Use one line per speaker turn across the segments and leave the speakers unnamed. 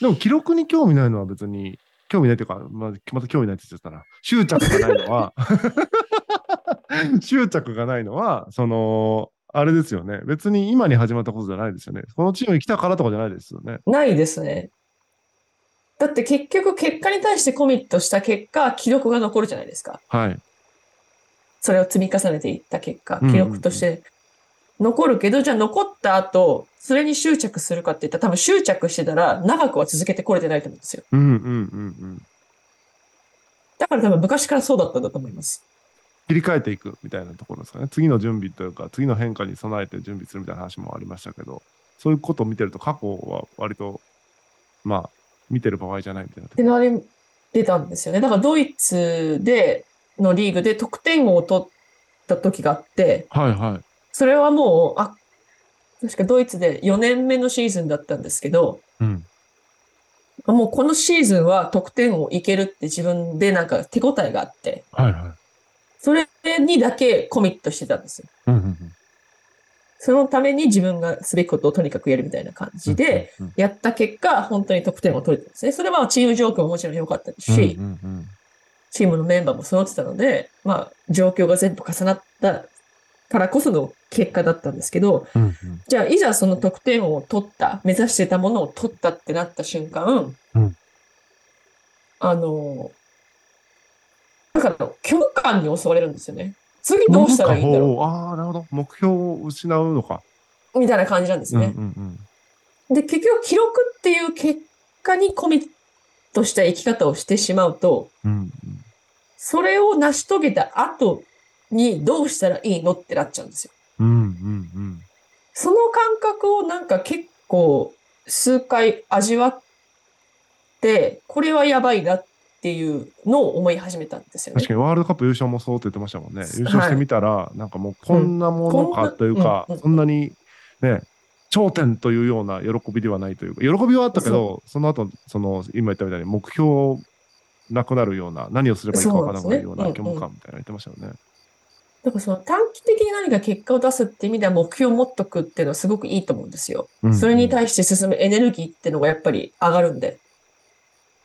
でも記録に興味ないのは別に、興味ないというか、まあ、また興味ないって言っちゃったな。執着がないのは、執着がないのは、その、あれですよね。別に今に始まったことじゃないですよね。このチームに来たからとかじゃないですよね。
ないですね。だって結局結果に対してコミットした結果、記録が残るじゃないですか。
はい。
それを積み重ねていった結果
うん、うん
記録として残るけど、じゃあ残った後、それに執着するかって言ったら多分執着してたら長くは続けてこれてないと思うんですよ。
うんうんうんうん。
だから多分昔からそうだったんだと思います。
切り替えていくみたいなところですかね。次の準備というか、次の変化に備えて準備するみたいな話もありましたけど、そういうことを見てると、過去は割と、まあ、見てる場合じゃないみたいなと
ってなり出たんですよね。だからドイツでのリーグで得点王を取った時があって、
はいはい。
それはもう、あ、確かドイツで4年目のシーズンだったんですけど、
うん。
もうこのシーズンは得点王いけるって自分でなんか手応えがあって、
はいはい。
それにだけコミットしてたんですよ。
うんうんうん、
そのために自分がすべきことをとにかくやるみたいな感じで、
うんうん
やった結果、本当に得点を取れたんですね。それはチーム状況ももちろん良かったですし、
うんうんうん
チームのメンバーも揃ってたので、まあ、状況が全部重なったからこその結果だったんですけど、
うんうん
じゃあ、いざその得点を取った、目指してたものを取ったってなった瞬間、
うん
あの、だから、虚無感に襲われるんですよね。次どうしたらいいんだろ
うああー、なるほど。目標を失うのか。
うみたいな感じなんです
うんうん
ね。
うん。
で、結局、記録っていう結果にコミットした生き方をしてしまうと、
うん
それを成し遂げた後にどうしたらいいのってなっちゃうんですよ。
うん。うんうんうん。
その感覚をなんか結構数回味わって、これはやばいなっていうのを思い始めたんですよね
確。かにワールドカップ優勝もそうって言ってましたもんね
は。い
優勝してみたら、なんかもうこんなもの
う
か
んこんな
というか、
うんうん
そんなにね、頂点というような喜びではないというか、喜びはあったけど、その後、その今言ったみたいに目標なくなるような、何をすればいいかわからないような
そうなんです
虚
ね
無感みたいなの言ってましたよね。
だからその短期的に何か結果を出すって意味では目標を持っとくっていうのはすごくいいと思うんですよ。
うん
それに対して進むエネルギーってのがやっぱり上がるんで。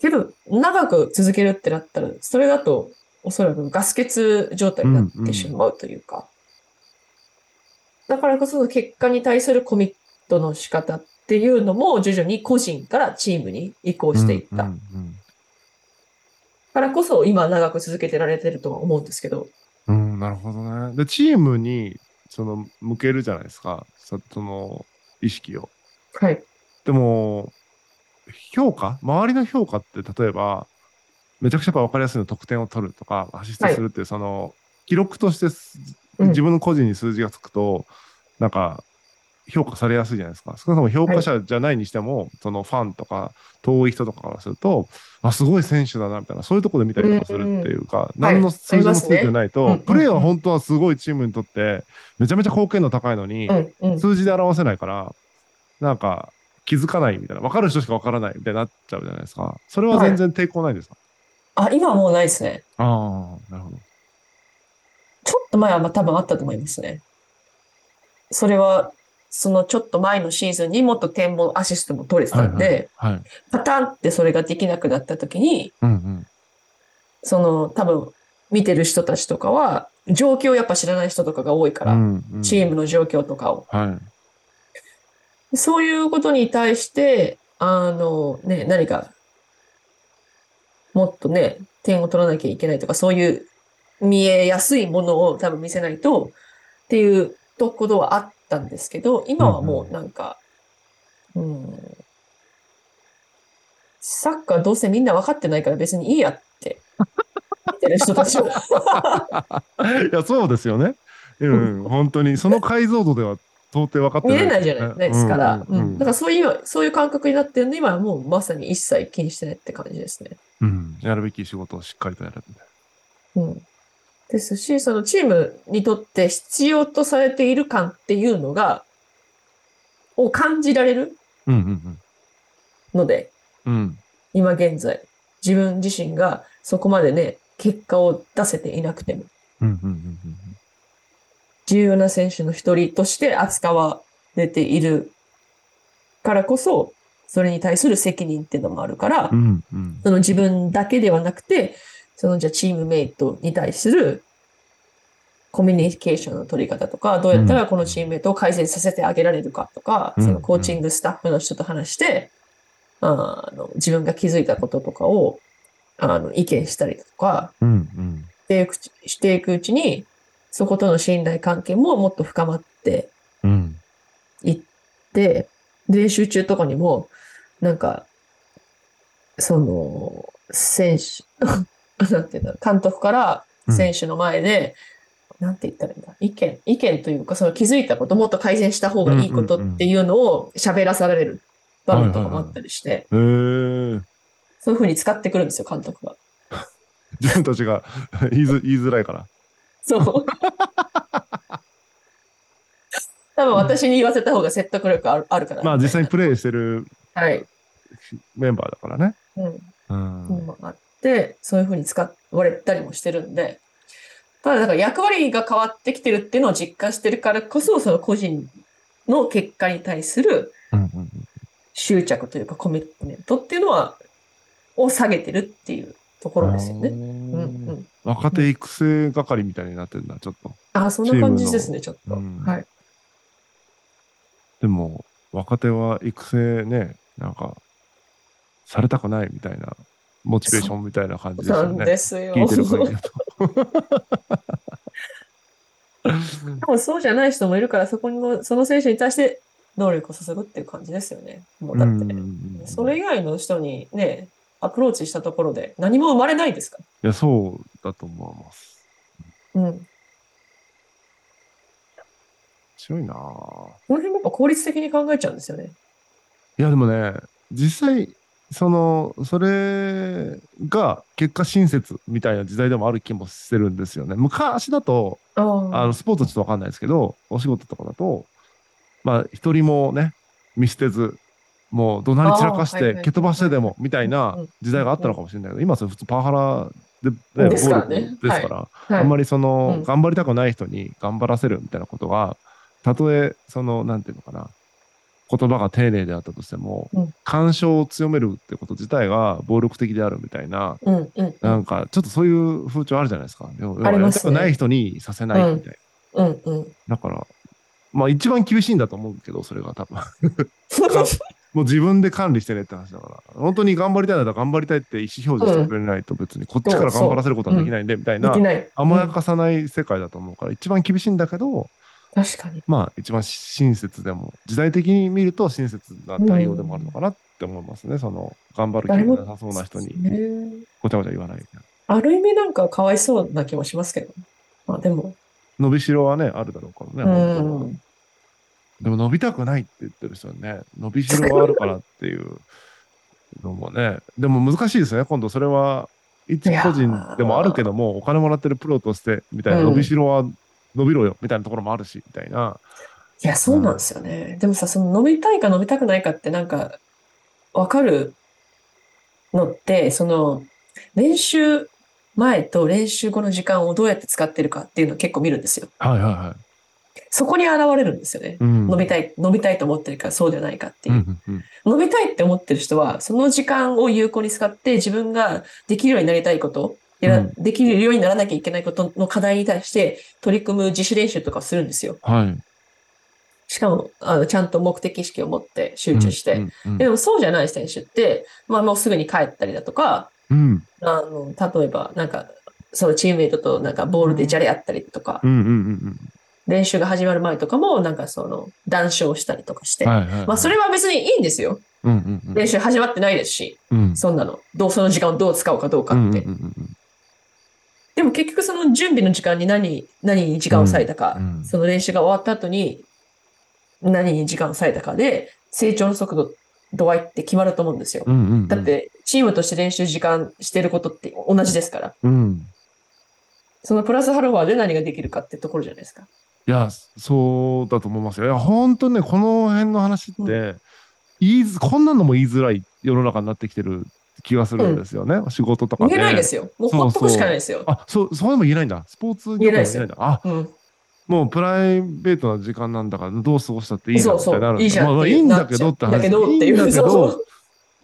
けど、長く続けるってなったら、それだとおそらくガス欠状態になってしまうというか。だからこそ結果に対するコミットの仕方っていうのも徐々に個人からチームに移行していった。
うんうん
からこそ今長く続けてられてるとは思うんですけど。
うん、なるほどね。で、チームにその向けるじゃないですか、そその意識を。
はい。
でも、評価、周りの評価って例えば、めちゃくちゃ分かりやすいの得点を取るとか、アシストするっていう、その、記録としてす
うん
自分の個人に数字がつくと、なんか、評価されやすいじゃないですか。少なくとも評価者じゃないにしても、そのファンとか、遠い人とかからすると、あ、すごい選手だな、みたいな、そういうところで見たりとかするっていうか、
んうん
何の数字もついてないと、
はいあります
プ
ね
レーは本当はすごいチームにとって、めちゃめちゃ貢献度高いのに、
うんうん。
数字で表せないから、なんか気づかないみたいな、分かる人しか分からないみたいになっちゃうじゃないですか。それは全然抵抗ないですか、
あ、今はもうないですね。
ああ、なるほど。
ちょっと前はまあ多分あったと思いますね。それは、そのちょっと前のシーズンにもっと点もアシストも取れてたんで、
はい。
パタンってそれができなくなった時に、
うんうん。
その多分見てる人たちとかは、状況をやっぱ知らない人とかが多いから、
うんうん
チームの状況とかを。
はい。
そういうことに対して、あのね、何か、もっとね、点を取らなきゃいけないとか、そういう見えやすいものを多分見せないとっていうところはあったんですけど、今はもうなんか、うん、サッカーどうせみんな分かってないから別にいいやって、見てる人たちは。
いや、そうですよね。うん、本当に。その解像度では到底分かってな
見
い、
れないじゃないですから、
うんう
うんんだからそういう、そういう感覚になってるんで、今はもうまさに一切気にしてないって感じですね。
うんうんやるべき仕事をしっかりとやるみたい
うん、ですし、そのチームにとって必要とされている感っていうのが、を感じられる
な。うんうん
ので、
うん。うん。
今現在、自分自身がそこまでね、結果を出せていなくても、
うんうんうんうん。
重要な選手の一人として扱われているからこそ、それに対する責任っていうのもあるから、
うんうん
その自分だけではなくて、そのじゃあチームメイトに対するコミュニケーションの取り方とか、どうやったらこのチームメイトを改善させてあげられるかとか、
うん
そのコーチングスタッフの人と話して、あの自分が気づいたこととかをあの意見したりとか
うんうん
していくしていくうちに、そことの信頼関係ももっと深まって
うん
行って、練習中とかにも、なんか、その、選手、 なんていうんだろう、監督から
うん
選手の前で、なんて言ったらいいんだ、意見、意見というか、その気づいたこと、もっと改善した方がいいことっていうのを喋らされる場面とかもあったりして、
へえ
そういうふうに使ってくるんですよ、監督が。
自分たちが言いづ言いづらいから
そう。多分私に言わせた方が説得力あるあるから。
まあ実際にプレイしてる
はい。
メンバーだからね
うん
うん
のもあって、そういうふうに使われたりもしてるんで、ただなんか役割が変わってきてるっていうのを実感してるからこそ、その個人の結果に対する
うんうん
執着というかコミットメントっていうのは、を下げてるっていうところですよね。うんうん。
若手育成係みたいになってるんだちょっと、
あ、そんな感じですね、ちょっと。
うん
はい。
でも若手は育成ねなんかされたくないみたいなモチベーションみたいな感じです
な
よ
ん
ね
ですよ。
聞いてる限り
で
だと
もそうじゃない人もいるから、そこの、その選手に対して能力を注ぐっていう感じですよね。もうだって。
うん
それ以外の人にね、アプローチしたところで何も生まれないですか
いや、そうだと思います。
ら。うん。
強いなぁ
この辺やっぱ効率的に考えちゃうんですよね。
いや、でもね、実際、その、それが結果親切みたいな時代でもある気もしてるんですよね。昔だと、
あ
あの、スポーツはちょっとわかんないですけど、お仕事とかだと、まあ、一人もね、見捨てず、もう怒鳴り散らかし
あーはい
て、
はい
蹴飛ばしてでも、みたいな
うん
時代があったのかもしれないけど、今はそれ普通パワハラで、ね
ですからね
暴力ですから、
はい、
あんまりその、
うん
頑張りたくない人に頑張らせるみたいなことが、たとえ、その、なんていうのかな、言葉が丁寧であったとしても、
うん
干渉を強めるってこと自体が暴力的であるみたいな、
うんうんう
なんんか、ちょっとそういう風潮あるじゃないですか。要は
あり
や
ま
りた
す
く
ね
ない人にさせないみたい
うんうん。
な。だから、まあ一番厳しいんだと思うけど、それが多分。 もう自分で管理してねって話だから。本当に頑張りたいなら頑張りたいって意思表示してくれないと別にこっちから頑張らせることはできないんで、みたい
で
な
き。ない。
甘や
うん
かさない世界だと思うから、一番厳しいんだけど、
確かに。
まあ一番親切でも、時代的に見ると親切な対応でもあるのかなって思いますね。その、頑張る気がなさそうな人に
ね
ごちゃごちゃ言わないみたいな。
ある意味なんかかわいそうな気もしますけど。まあでも。
伸びしろはね、あるだろうから
う
ね。
ん。
本当はでも伸びたくないって言ってる人はね、伸びしろはあるからっていうのもね、でも難しいですね。今度それは、一個人でもあるけども、お金もらってるプロとして、みたいな、
うん
伸びしろは伸びろよ、みたいなところもあるし、みたいな。
いや、そうなんですよね。でもさ、その飲みたいか飲みたくないかってなんか、わかるのって、その、練習前と練習後の時間をどうやって使ってるかっていうのを結構見るんですよ。
はいはいはい。
そこに現れるんですよね。
うん
飲みたい、飲みたいと思ってるかそうじゃないかっていうう。
んうんうん
飲みたいって思ってる人は、その時間を有効に使って自分ができるようになりたいこと、やら
うん
できるようにならなきゃいけないことの課題に対して取り組む自主練習とかをするんですよ。
はい。
しかも、あの、ちゃんと目的意識を持って集中して。
うん
でもそうじゃない選手って、まあもうすぐに帰ったりだとか、
うん
あの、例えばなんか、そのチームメイトとなんかボールでじゃれ合ったりとか、
うんうんうん
練習が始まる前とかもなんかその談笑したりとかして、
うん。はいはい。
まあそれは別にいいんですよ。
うんうんうん
練習始まってないですし、
うん
そんなの。どう、その時間をどう使うかどうかって。
うんうんうんうん
でも結局その準備の時間に何、何に時間を割いたか、
うんうん
その練習が終わった後に何に時間を割いたかで、成長の速度、度合いって決まると思うんですよ。
うんうんうん
だっ、て、チームとして練習時間してることって同じですから、
うん。
そのプラスハロワーで何ができるかってところじゃないですか。
いや、そうだと思いますよ。いや、本当にね、この辺の話って、言いづこんなのも言いづらい世の中になってきてる気がするんですよね。仕事とか
言
ね。
えないですよ。もう
そう
ほっとくしかないですよ。
あ、そう、そういうのも言えないんだ。スポーツ業界も言えないんだ。あ、
うん。
もうプライベートな時間なんだからどう過ごしたっていいな
そう
みたい
そう
になる
いいじゃん
まあまあ
っ
い
て
いんだけどって話。
なっちゃうだけどってい
い
う
んだけ
そう
ど
そ、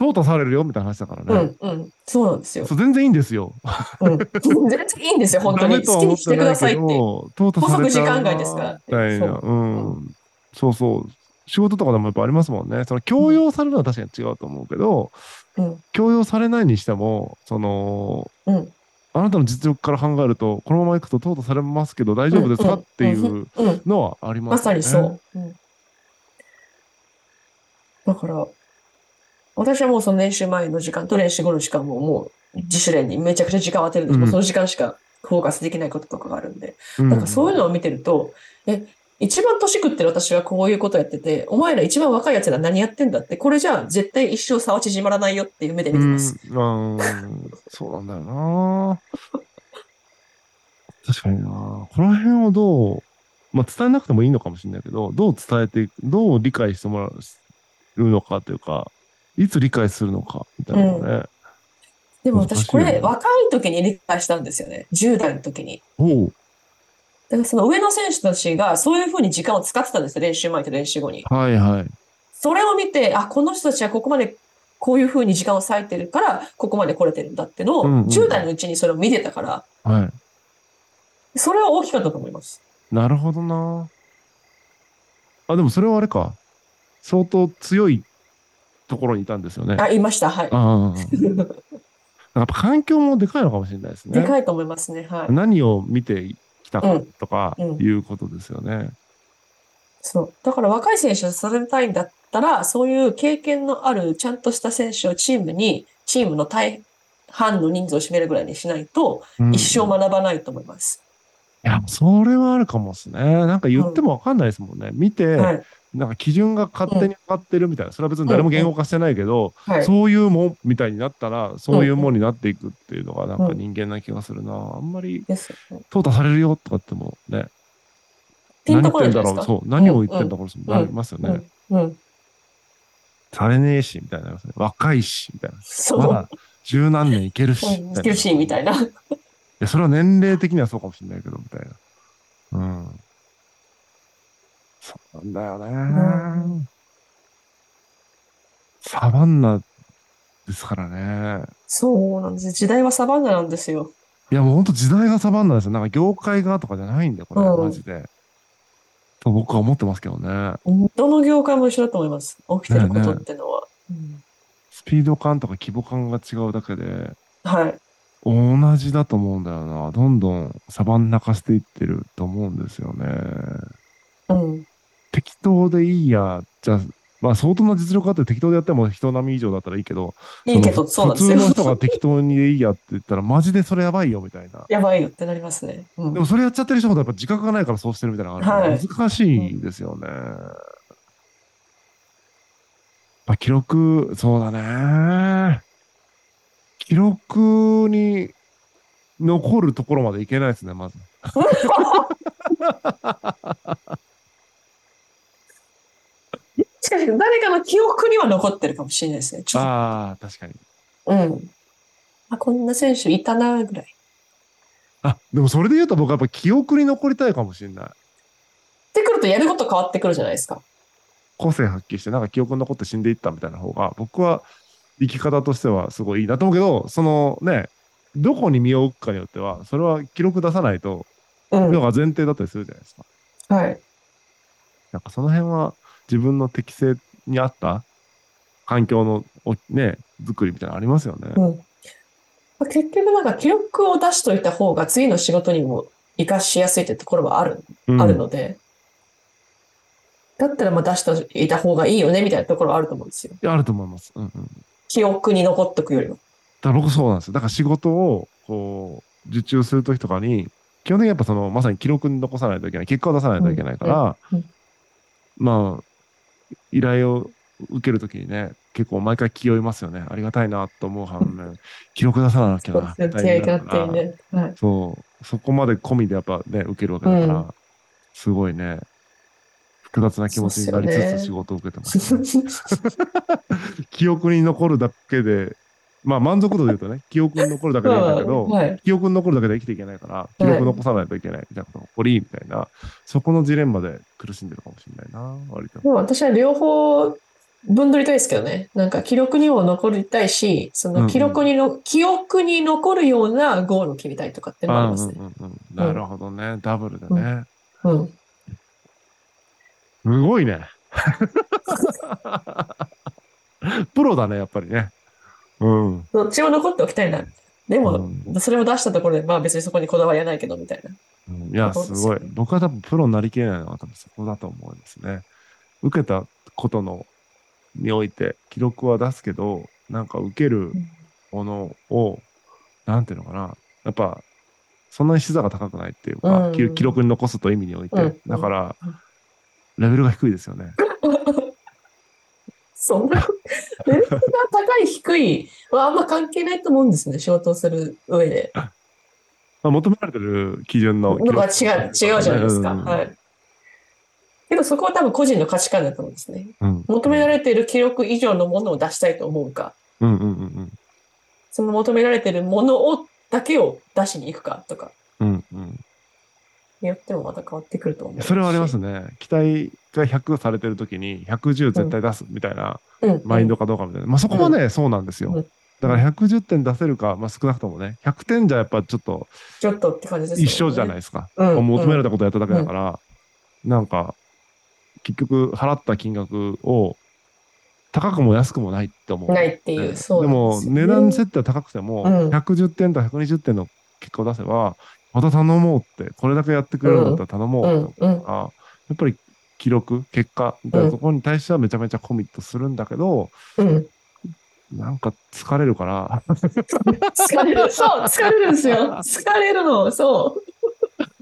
淘汰されるよみたいな話だから
う
ね。
ん、うん。そうなんですよ。
そう全然いいんですよ。
うん。 全然いいんですよ、本当
ダ
に。
メと
好
は
き
思
に
っ
して
て
く
な
だ
い
さい
け
っ
ど、
て。
淘汰されちゃうな
拘束時間外ですから
みたいな。。
そううん
そうそう。仕事とかでもやっぱありますもんね。その強要されるのは確かに違うと思うけど、
うん
強要されないにしても、その、
うん
あなたの実力から考えると、このままいくと淘汰されますけど大丈夫ですか、
うん
っていう。
うん。
のはありま
ます
よ
さ
ね。
にそう。うんだから、私はもうその練習前の時間と練習後の時間ももう自主練にめちゃくちゃ時間を当てるんです。
うん
もうその時間しかフォーカスできないこととかがあるんで。
ん。
だからそういうのを見てると、え、一番年食ってる私はこういうことやってて、お前ら一番若いやつら何やってんだって、これじゃあ絶対一生差は縮まらないよっていう目で見てます。
うん、うんそうなんだよな。 確かにな。この辺をどう、まあ、伝えなくてもいいのかもしれないけど、どう伝えていく、どう理解してもらうのかというか、いつ理解するのかみたいなのね。
でも私こ
難しい
れ
よね
若い時に理解したんですよね。10代の時に。
おう
だからその上の選手たちがそういうふうに時間を使ってたんですよ。練習前と練習後に。
はいはい。
それを見て、あ、この人たちはここまでこういうふうに時間を割いてるから、ここまで来れてるんだってのを、
うんうん
10代のうちにそれを見てたから、
は
それは大きかったと思います。
い。なるほどな。あ、でもそれはあれか。相当強いところにいたんですよね。
あ、言いました。 はい。
ああ。やっぱ環境もでかいのかもしれないですね。
でかいと思いますね。はい。
何を見てきた
う
か
ん
とか
うん
いうことですよね。
そう。だから若い選手を育てたいんだったら、そういう経験のあるちゃんとした選手をチームに、チームの大半の人数を占めるぐらいにしないと、
うん
一生学ばないと思います。
いや、それはあるかもですね。なんか言ってもわかんないですもんね。見て、
はい。
なんか基準が勝手に上がってるみたいな。それは別に誰も言語化してないけど、
はい。
そういうもんみたいになったら、そういうもんになっていくっていうのがなんか人間な気がするな。あんまり
ですよね
淘汰されるよとかってもね、
ピン
何言っ
とこな
て
い
ん
じゃ
だろう。
ないですか。
そう、何を言ってんだろう。そうなりますよね。
うん。
されねえし、みたいな、ね。若いし、みたいな。
そう。
まだ十何年いけるし、
うんスキルシーンみたいな。
いや、それは年齢的にはそうかもしれないけど、みたいな。うん。そうなんだよね。サバンナですからね。
そうなんです。時代はサバンナなんですよ。
いや、もうほんと時代がサバンナですよ。なんか業界がとかじゃないんだよ、これ、
うん
マジで。と僕は思ってますけどね。
どの業界も一緒だと思います。起きてることってのは。
スピード感とか規模感が違うだけで、
うんはい。
同じだと思うんだよな。どんどんサバンナ化していってると思うんですよね。
うん。
適当でいいや、じゃまあ相当な実力があって適当でやっても人並み以上だったらいいけど、
いいけど、
そ
そう
の
なんですよ
普。通の人が適当にでいいやって言ったら、マジでそれやばいよみた いな。
やばいよってなりますね。うん
でもそれやっちゃってる人ほどやっぱ自覚がないからそうしてるみたいなのがあるから、
はい
難しいですよね。まあ記録、そうだね。記録に残るところまでいけないですね、まず。
しかし、誰かの記憶には残ってるかもしれないですね。ちょっ
ああ、確かに。
と。うん。あ、こんな選手いたな、ぐらい。
あ、でもそれで言うと僕はやっぱ記憶に残りたいかもしれない。
ってくると、やること変わってくるじゃないですか。
個性発揮してなんか記憶に残って死んでいったみたいな方が僕は生き方としてはすごいいいなと思うけどそのねどこに身を置くかによってはそれは記録出さないと
うん。
の
は
が前提だったりするじゃないですか。
い。
なんかその辺は自分の適性に合った環境のおね作りみたいなのありますよね。
うん。まあ結局、なんか記録を出しといた方が、次の仕事にも活かしやすいってところはある
うん
あるので、だったらまあ出していた方がいいよねみたいなところはあると思うんですよ。
いやあると思います。うんうん、だか
記憶に残っとくよりは。
ら僕そうなんですよ。だから仕事をこう受注する時とかに基本的にやっぱそのまさに記録に残さないといけない結果を出さないといけないから、
うんうん
まあ依頼を受けるときにね結構毎回気負いますよねありがたいなと思う反 面記録出さなきゃな
そう強いなっていうね。はい。
そうそこまで込みでやっぱね受けるわけだから、
う
すごいね複雑な気持ちになり
そうっ
つ
すよ ね
つ仕事を受けてますね、記憶に残るだけでまあ満足度で言うと ね、記憶に残るだけでいいんだ けど、
はい。
記憶に残るだけで生きていけないから、記録残さないといけないみたいなことが起こり、みたいな、そこのジレンマで苦しんでるかもしれないな、割と。
でも私は両方分取りたいですけどね。なんか記録にも残りたいし、その記録にの、記憶に残るようなゴールを決めたいとかってのもありますね。
うんうんうんうんなるほどね、ダブルでね。
うん。
すごい ね。プロだね、やっぱりね。うん。
どっちも残っておきたいな。でも、
うん
それを出したところで、まあ別にそこにこだわりはないけど、みたいな。
うんいや、
そう
す
ですよ
ごい
ね。
僕は多分プロになりきれないのは多分そこだと思いますね。受けたことのにおいて記録は出すけど、なんか受けるものを、なんていうのかな。やっぱ、そんなに視座が高くないっていうか、
うん
記記録に残すと意味において。
うん
だから
うん、
レベルが低いですよね。
そ んな、レベルが高い、低いはあんま関係ないと思うんですね。仕事をする上で。
まあ、求められてる基準の記
の
録
が違う、違うじゃないですか。
うん
はい。けどそこは多分個人の価値観だと思うんですね。
うん
求められている記録以上のものを出したいと思うか、
うんうんうん
その求められているものを、だけを出しに行くかとか、
うんうんうん
によってもまた変わってくると思う。
それはあります
ね。
ね。期待が100されてる時に110絶対出すみたいな
うん。
マインドかどうかみたいな。まあそこはね、そうなんです
う
よ
ん。
だから110点出せるか、まあ少なくともね、100点じゃやっぱちょっと
ちょっとって感じですよね。
一緒じゃないですか。
うん。
求められ
る。
たことやっただけだから、なんか、結局払った金額を高くも安くもないって思う。
ないっていう、そう
で
なん
も
すよね
値段設定は高くても、
うん
110点と120点の結果を出せばまた頼もうってこれだけやってくれるんだったら頼もうって思うから、やっぱり記録結果みたいなところに対してはめちゃめちゃコミットするんだけど、
うん。
なんか疲れるから
疲れる。そう、疲れるんですよ。疲れるの、そ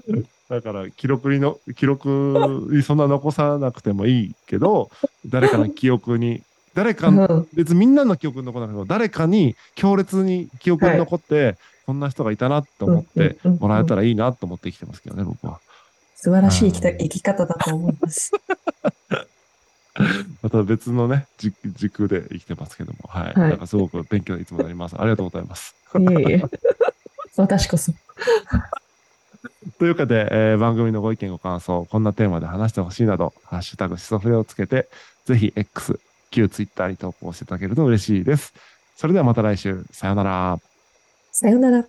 う。
だから記録にの記録にそんな残さなくてもいいけど誰かの記憶に誰かの
うん
別にみんなの記憶に残らなくても誰かに強烈に記憶に残って、こんな人がいたなって思ってもらえたらいいなと思って生きてますけどね、僕は。
素晴らしい生きた
うん
生き方だと思います。
また別のね、じ軸で生きてますけども、はい。
はい
なんかすごく勉強にいつもなります。ありがとうございます。
いえいえ。私こそ。
というわけで、えー番組のご意見、ご感想、こんなテーマで話してほしいなど、ハッシュタグシソフレをつけて、ぜひ X、旧 Twitter に投稿していただけると嬉しいです。それではまた来週、さようなら。
さようなら。